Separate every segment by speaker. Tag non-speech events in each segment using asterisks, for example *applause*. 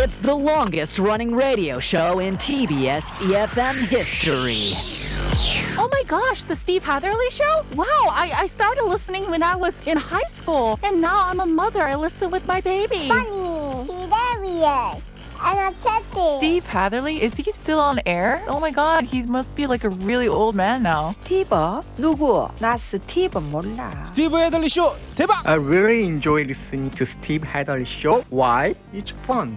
Speaker 1: It's the longest running radio show in TBS EFM E history.
Speaker 2: Oh my gosh, the Steve Hatherley show? Wow, I, I started listening when I was in high school, and now I'm a mother. I listen with my baby.
Speaker 3: funny, hilarious, energetic.
Speaker 4: Steve Hatherley, is he still on air? Oh my god, he must be like a really old man now.
Speaker 5: 스티브? 누구? 나 스티브 몰라.
Speaker 6: 스티브 헤들리 쇼 대박!
Speaker 7: I really enjoy listening to Steve Hadley show. Why? It's fun,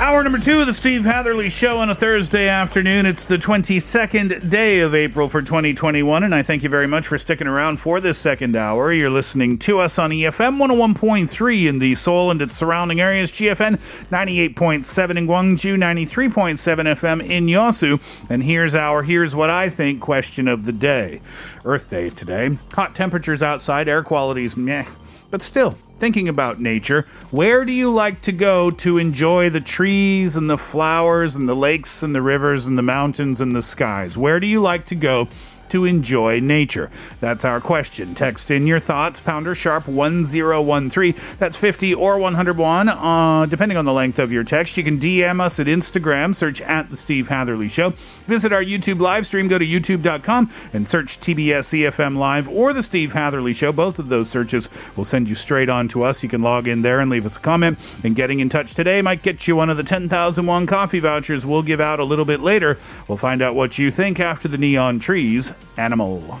Speaker 8: Hour number two of the Steve Hatherley Show on a Thursday afternoon. It's the 22nd day of April for 2021, and I thank you very much for sticking around for this second hour. You're listening to us on E EFM 101.3 in the Seoul and its surrounding areas, GFN 98.7 in Gwangju, 93.7 FM in Yosu. And here's our Here's What I Think question of the day Earth Day today. Hot temperatures outside, air quality's meh. But still, thinking about nature, where do you like to go to enjoy the trees and the flowers and the lakes and the rivers and the mountains and the skies? Where do you like to go? To enjoy nature? That's our question. Text in your thoughts, pounder sharp 1013. That's 50 or 101, uh, depending on the length of your text. You can DM us at Instagram, search at The Steve Hatherley Show. Visit our YouTube live stream, go to youtube.com and search TBS EFM E Live or The Steve Hatherley Show. Both of those searches will send you straight on to us. You can log in there and leave us a comment. And getting in touch today might get you one of the 10,000 won coffee vouchers we'll give out a little bit later. We'll find out what you think after the Neon Trees Animal.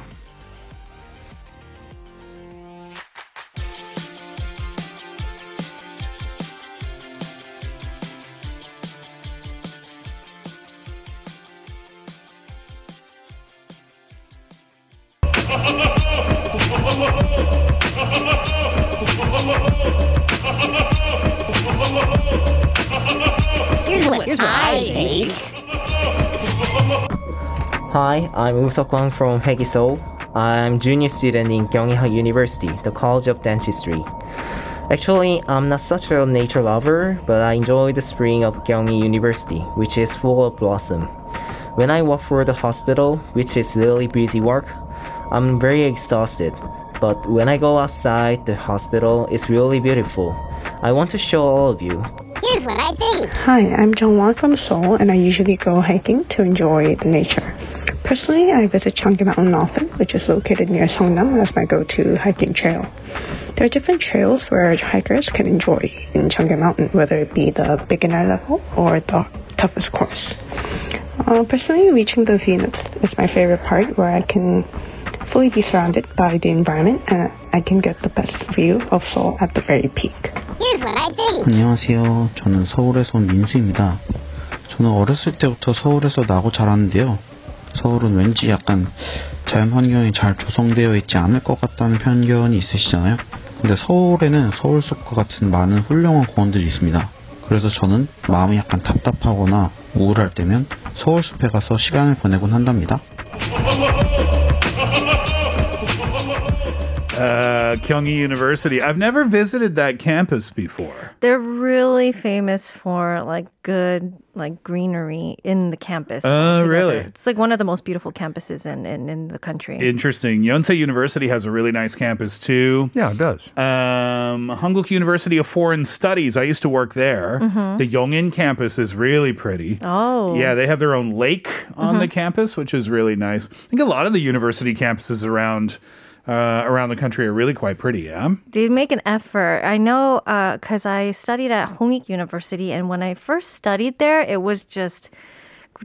Speaker 1: Here's what, here's what I think.
Speaker 9: Hi, I'm Woo Seok Kwang from Haegi Seoul. I'm junior student in Gyeonggi University, the College of Dentistry. Actually, I'm not such a nature lover, but I enjoy the spring of Gyeonggi University, which is full of blossom. When I walk through the hospital, which is really busy work, I'm very exhausted. But when I go outside the hospital, it's really beautiful. I want to show all of you.
Speaker 3: Here's what I think.
Speaker 10: Hi, I'm Jung Won from Seoul, and I usually go hiking to enjoy the nature. Personally, uh, I visit Changi Mountain often, which is located near Seongnam, as my go-to hiking trail. There are different trails where hikers can enjoy in Changi Mountain, whether it be the beginner level or the toughest course. Uh, personally, reaching the zenith is my favorite part, where I can fully be surrounded by the environment and I can get the best view of Seoul at the very peak.
Speaker 3: Here's what I think.
Speaker 11: 안녕하세요. 저는 서울에서 온 민수입니다. 저는 어렸을 때부터 서울에서 나고 자랐는데요. 서울은 왠지 약간 자연 환경이 잘 조성되어 있지 않을 것 같다는 편견이 있으시잖아요. 근데 서울에는 서울 숲과 같은 많은 훌륭한 공원들이 있습니다. 그래서 저는 마음이 약간 답답하거나 우울할 때면 서울 숲에 가서 시간을 보내곤 한답니다.
Speaker 8: Uh, Kyunghee University. I've never visited that campus before.
Speaker 4: They're really famous for like good like greenery in the campus.
Speaker 8: Oh,
Speaker 4: altogether.
Speaker 8: really?
Speaker 4: It's like one of the most beautiful campuses in in, in the country.
Speaker 8: Interesting. Yonsei University has a really nice campus too.
Speaker 6: Yeah, it does.
Speaker 8: Um, Hanguk University of Foreign Studies. I used to work there. The Yongin campus is really pretty.
Speaker 4: Mm-hmm. oh. Mm-hmm.
Speaker 8: Yeah, they have their own lake on the campus, which is really nice. I think a lot of the university campuses around uh, around the country are really quite pretty. Yeah.
Speaker 4: They make an effort. I know because I studied at Hongik University, and when I first studied there, it was just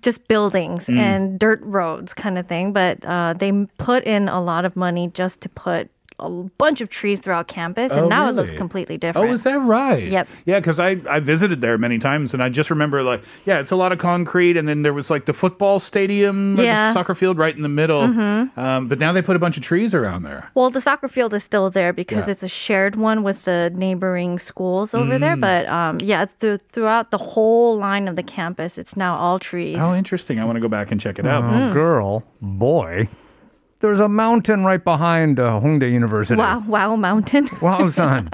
Speaker 4: just buildings and dirt roads kind of thing. But uh, they m- put in a lot of money just to put a bunch of trees throughout campus, and
Speaker 8: Oh,
Speaker 4: now it looks
Speaker 8: really?
Speaker 4: completely
Speaker 8: Oh,
Speaker 4: different.
Speaker 8: is that right?
Speaker 4: Yep.
Speaker 8: Yeah, because I, I visited there many times and I just remember, like, yeah, it's a lot of concrete. And then there was like the football stadium, like
Speaker 4: Yeah. Mm-hmm.
Speaker 8: the soccer field right in the middle. Um, but now they put a bunch of trees around there.
Speaker 4: Well, the soccer field is still there because
Speaker 8: Yeah.
Speaker 4: it's a shared one with the neighboring schools over there.
Speaker 12: Mm.
Speaker 4: But um, yeah, it's through, throughout the whole line of the campus, it's now all trees. Mm-hmm.
Speaker 8: How interesting. I want to go back and check it out.
Speaker 6: Girl, boy.
Speaker 12: There's a mountain right behind uh, Hongdae University.
Speaker 4: Wow, wow, mountain.
Speaker 12: Wowzan.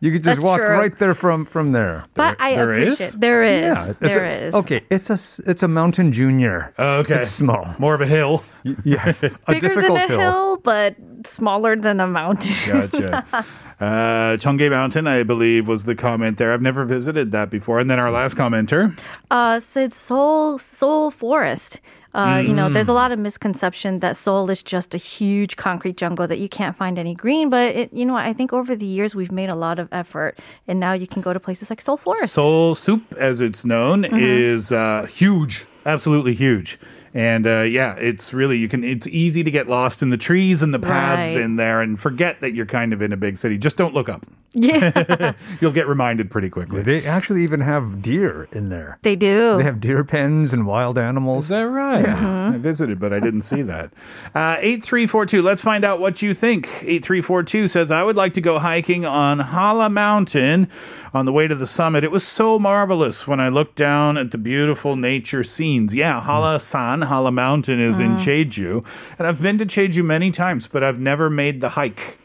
Speaker 12: You
Speaker 4: *laughs*
Speaker 12: could
Speaker 4: That's
Speaker 12: just walk
Speaker 4: true.
Speaker 12: right there from from there.
Speaker 4: But I
Speaker 12: There is?
Speaker 4: appreciate there is
Speaker 12: Yeah, it's
Speaker 4: there
Speaker 12: a-
Speaker 4: is.
Speaker 12: Okay, it's a s- it's a mountain junior.
Speaker 8: Oh, okay.
Speaker 12: it's small,
Speaker 8: more of a
Speaker 12: *laughs*
Speaker 8: hill.
Speaker 12: yes, a
Speaker 4: Bigger
Speaker 12: difficult
Speaker 4: than a hill. but smaller than a mountain.
Speaker 8: Gotcha. *laughs* Uh, Cheonggae Mountain, I believe, was the comment there. I've never visited that before. And then our last commenter.
Speaker 4: *laughs* Uh, so it's Seoul, Seoul Forest. Uh, You know,
Speaker 8: Mm.
Speaker 4: there's a lot of misconception that Seoul is just a huge concrete jungle that you can't find any green. But it, you know, what, I think over the years we've made a lot of effort, and now you can go to places like Seoul Forest.
Speaker 8: Seoul Soup, as it's known,
Speaker 4: Mhm.
Speaker 8: is uh, huge, absolutely huge. And uh, yeah, it's really you can. It's easy to get lost in the trees and the paths
Speaker 4: Right.
Speaker 8: in there, and forget that you're kind of in a big city. Just don't look up.
Speaker 4: yeah,
Speaker 8: *laughs* You'll get reminded pretty quickly.
Speaker 12: They actually even have deer in there.
Speaker 4: they do.
Speaker 12: They have deer pens and wild animals.
Speaker 8: Is that right?
Speaker 4: Mm-hmm.
Speaker 8: I visited, but I didn't see that. Uh, 8342, let's find out what you think. 8342 says, I would like to go hiking on Hala Mountain on the way to the summit. It was so marvelous when I looked down at the beautiful nature scenes. Yeah,
Speaker 4: Mm.
Speaker 8: Hala San, Hala Mountain is in Jeju. And I've been to Jeju many times, but I've never made the hike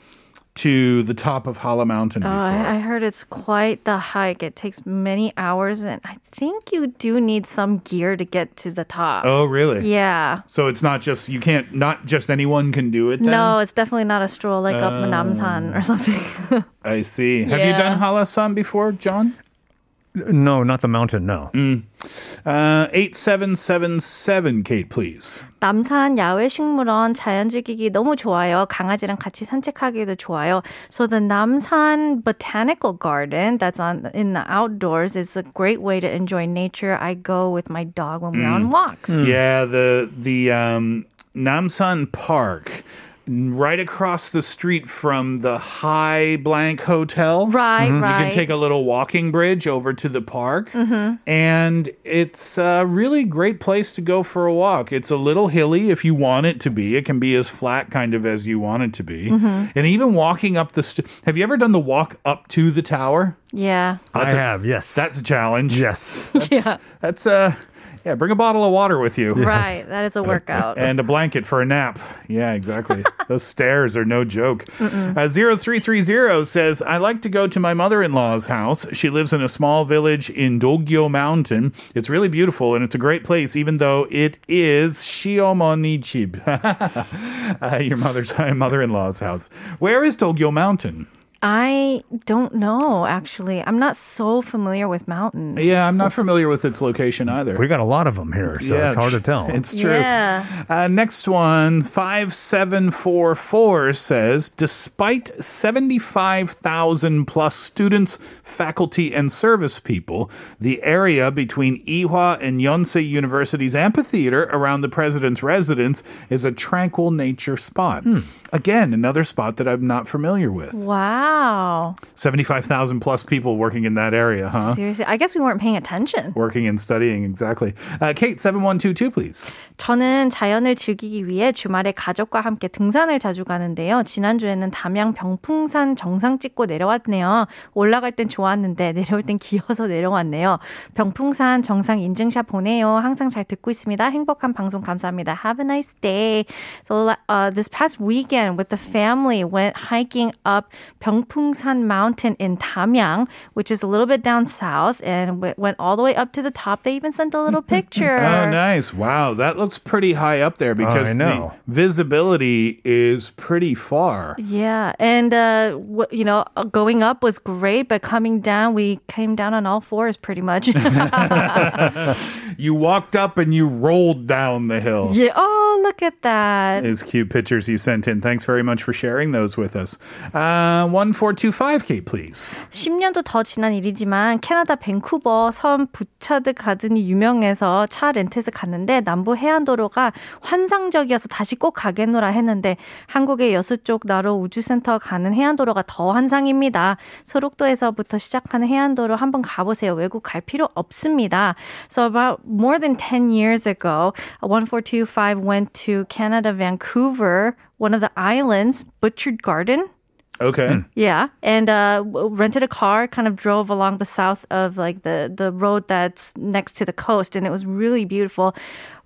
Speaker 8: to the top of Hala Mountain
Speaker 4: Oh,
Speaker 8: before.
Speaker 4: I, I heard it's quite the hike. It takes many hours, and I think you do need some gear to get to the top.
Speaker 8: Oh, really?
Speaker 4: Yeah.
Speaker 8: So it's not just, you can't, not just anyone can do it then?
Speaker 4: No, it's definitely not a stroll like up Namsan or something.
Speaker 8: I see. Have you
Speaker 4: Yeah.
Speaker 8: done Halasan before, John? Mm.
Speaker 12: No, not the mountain. No.
Speaker 8: Uh, 8777, Kate, please.
Speaker 4: 남산 야외 식물원 자연 즐기기 너무 좋아요. 강아지랑 같이 산책하기도 좋아요. So the Namsan Botanical Garden that's on in the outdoors is a great way to enjoy nature. I go with my dog when we're on
Speaker 8: Mm.
Speaker 4: walks.
Speaker 8: Yeah, the the um, Namsan Park, n- right across the street from the High Blank Hotel.
Speaker 4: Right, Mhm.
Speaker 8: You
Speaker 4: right. Mm-hmm.
Speaker 8: can take a little walking bridge over to the park, and it's a really great place to go for a walk. It's a little hilly if you want it to be. It can be as flat kind of as you want it to be,
Speaker 4: Mhm.
Speaker 8: and even walking up the. St- Have you ever done the walk up to the tower?
Speaker 4: Yeah.
Speaker 12: I
Speaker 8: That's a-
Speaker 12: have, yes.
Speaker 8: That's a challenge.
Speaker 12: Yes.
Speaker 4: yeah.
Speaker 8: *laughs* That's uh yeah, bring a bottle of water with you.
Speaker 4: Right. That is a workout.
Speaker 8: And a blanket for a nap. Yeah,
Speaker 4: *laughs*
Speaker 8: exactly. Those stairs are no joke. Uh, 0330 says, I like to go to my mother in law's house. She lives in a small village in Dogyo Mountain. It's really beautiful and it's a great place, even though it is Shiomonichib, *laughs* uh, your mother's *laughs* mother in law's house. Where is Dogyo Mountain?
Speaker 4: I don't know actually. I'm not so familiar with mountains.
Speaker 8: Yeah, I'm not familiar with its location either.
Speaker 12: We got a lot of them here, so it's hard to
Speaker 8: *laughs*
Speaker 12: tell.
Speaker 8: It's true.
Speaker 4: Yeah.
Speaker 8: Uh, next one, 5744 says Despite 75,000 plus students, faculty, and service people, the area between Ewha and Yonsei University's amphitheater around the president's residence is a tranquil nature spot.
Speaker 12: Hmm.
Speaker 8: Again, another spot that I'm not familiar with.
Speaker 4: Wow.
Speaker 8: 75,000 plus people working in that area, huh?
Speaker 4: Seriously. I guess we weren't paying attention.
Speaker 8: Working and studying, exactly. Uh, Kate, 7122, please.
Speaker 4: 저는 자연을 즐기기 위해 주말에 가족과 함께 등산을 자주 가는데요. 지난주에는 담양 병풍산 정상 찍고 내려왔네요. 올라갈 땐 좋았는데 내려올 땐 기어서 내려왔네요. 병풍산 정상 인증샷 보내요. 항상 잘 듣고 있습니다. 행복한 방송 감사합니다. Have a nice day. So uh, this past weekend with the family went hiking up Pyeongpungsan Mountain in Tamyang, which is a little bit down south, and w- went all the way up to the top. They even sent a little picture.
Speaker 8: Oh, nice. Wow. That looks pretty high up there because
Speaker 12: I know.
Speaker 8: the visibility is pretty far.
Speaker 4: Yeah, and uh, w- you know, uh, going up was great, but coming down, we came down on all fours pretty much. *laughs*
Speaker 8: You walked up and you rolled down the hill.
Speaker 4: yeah. Oh, look at that.
Speaker 8: Is cute pictures you sent in. Thanks very much for sharing those with us. Uh, 1425, Kate, please.
Speaker 4: 10년도 더 지난 일이지만 캐나다 밴쿠버 섬 부차드 가든이 유명해서 차 렌트해서 갔는데 남부 해안도로가 환상적이어서 다시 꼭 가겠노라 했는데 한국의 여수 쪽 나로 우주센터 가는 해안도로가 더 환상입니다. 소록도에서부터 시작하는 해안도로 한번 가보세요. 외국 갈 필요 없습니다. So about more than 10 years ago, 1425 went to Canada, Vancouver, one of the islands, Butchered Garden.
Speaker 8: Okay.
Speaker 4: Yeah, and uh, w- rented a car, kind of drove along the south of like the the road that's next to the coast, and it was really beautiful.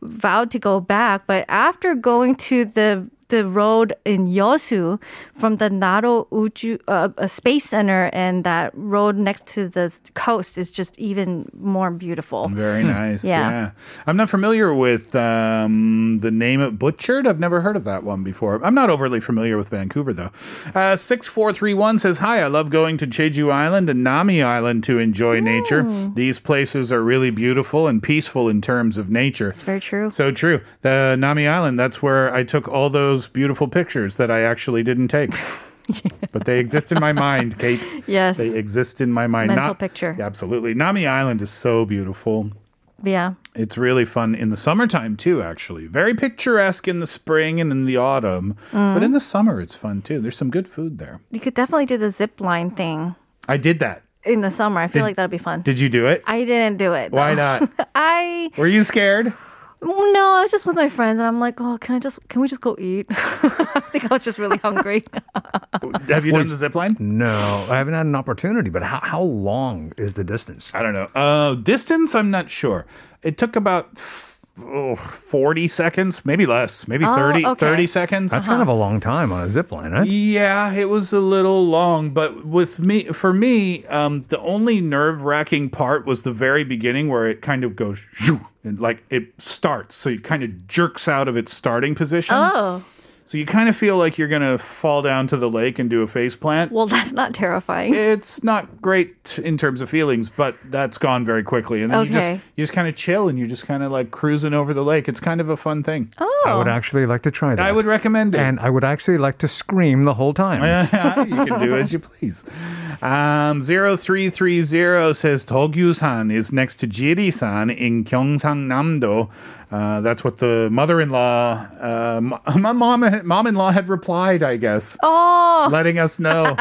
Speaker 4: Vowed to go back, but after going to the the road in Yosu from the Naro Uju uh, uh, Space Center, and that road next to the s- coast is just even more beautiful.
Speaker 8: Very nice. Yeah.
Speaker 4: Hmm. Yeah.
Speaker 8: I'm not familiar with um, the name of Butchered. I've never heard of that one before. I'm not overly familiar with Vancouver, though. Uh, 6431 says Hi, I love going to Jeju Island and Nami Island to enjoy nature. These places are really beautiful and peaceful in terms of nature. It's
Speaker 4: very true.
Speaker 8: So true. The Nami Island, that's where I took all those beautiful pictures that I actually didn't take.
Speaker 4: *laughs*
Speaker 8: but they exist in my mind, Kate.
Speaker 4: Yes.
Speaker 8: They exist in my mind.
Speaker 4: Mental
Speaker 8: Not-
Speaker 4: picture.
Speaker 8: Yeah, absolutely. Nami Island is so beautiful.
Speaker 4: Yeah.
Speaker 8: It's really fun in the summertime too, actually. Very picturesque in the spring and in the autumn. But in the summer, it's fun too. There's some good food there.
Speaker 4: You could definitely do the zip line thing
Speaker 8: I did that.
Speaker 4: in the summer. I feel
Speaker 8: Did-
Speaker 4: like that'd be fun.
Speaker 8: Did you do it?
Speaker 4: I didn't do it.
Speaker 8: Why
Speaker 4: though.
Speaker 8: not?
Speaker 4: *laughs* I
Speaker 8: Were you
Speaker 12: *laughs*
Speaker 8: scared?
Speaker 4: well, no, I was just with my friends, and I'm like, oh, can I just can we just go eat? *laughs* I think I was just really hungry.
Speaker 8: Have you done the zip line?
Speaker 12: No, I haven't had an opportunity. But how, how long is the distance?
Speaker 8: I don't know. Uh, distance, I'm not sure. It took about oh, 40 seconds, maybe less, maybe
Speaker 12: Oh,
Speaker 8: 30,
Speaker 12: okay.
Speaker 8: 30 seconds.
Speaker 12: That's kind of a long time on a zip line, huh?
Speaker 8: Yeah, it was a little long, but with me, for me, um, the only nerve wracking part was the very beginning where it kind of goes shoo, and like it starts, so it kind of jerks out of its starting position.
Speaker 4: oh,
Speaker 8: So you kind of feel like you're gonna fall down to the lake and do a face
Speaker 4: *laughs*
Speaker 8: plant.
Speaker 4: well, that's not terrifying.
Speaker 8: *laughs* It's not great in terms of feelings, but that's gone very quickly, and then you
Speaker 4: Okay.
Speaker 8: just you just kind of chill and you're just kind of like cruising over the lake. It's kind of a fun thing.
Speaker 11: Oh.
Speaker 12: I would actually like to try that. I would
Speaker 8: recommend
Speaker 12: it. And I would actually like to scream the whole time.
Speaker 8: *laughs* Oh, you can do as you please. Um, 0330 says Togyu-san is next to Jiri-san in Gyeongsangnam-do. Uh, that's what the mother-in-law, uh, *laughs* m- my mom, mom-in-law had replied, I guess,
Speaker 4: oh,
Speaker 8: letting
Speaker 4: *laughs*
Speaker 8: us know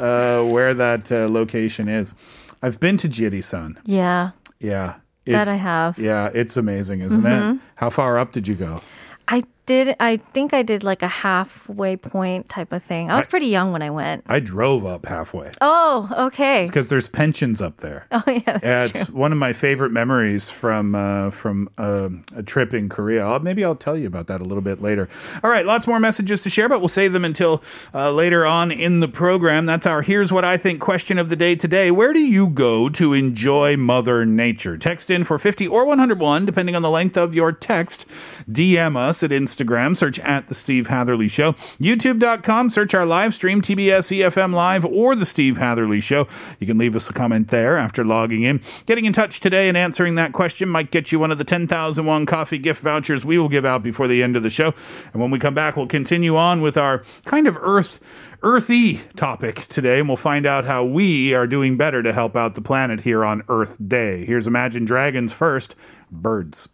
Speaker 8: uh, where that uh, location is. I've been to Jiri-san.
Speaker 4: yeah.
Speaker 8: Yeah.
Speaker 4: That I have.
Speaker 8: Yeah, it's amazing, isn't it?
Speaker 4: Mhm.
Speaker 8: How far up did you go?
Speaker 4: I did. I think I did like a halfway point type of thing. I was
Speaker 8: I-
Speaker 4: pretty young when I went.
Speaker 8: I drove up halfway
Speaker 4: Oh, okay.
Speaker 8: because there's pensions up there.
Speaker 4: *laughs* Oh yeah, that's
Speaker 8: Yeah,
Speaker 4: true.
Speaker 8: it's one of my favorite memories from uh, from um a trip in Korea. I'll, maybe I'll tell you about that a little bit later. All right, lots more messages to share, but we'll save them until uh, later on in the program. That's our here's what I think question of the day today. Where do you go to enjoy Mother Nature? Text in for fifty or one hundred one, depending on the length of your text. DM us at Instagram. Search at the Steve Hatherley Show. YouTube.com. Search our live stream, TBS EFM E Live, or the Steve Hatherley Show. You can leave us a comment there after logging in. Getting in touch today and answering that question might get you one of the 10,000 won coffee gift vouchers we will give out before the end of the show. And when we come back, we'll continue on with our kind of earth earthy topic today and we'll find out how we are doing better to help out the planet here on Earth Day. Here's Imagine Dragons first, birds.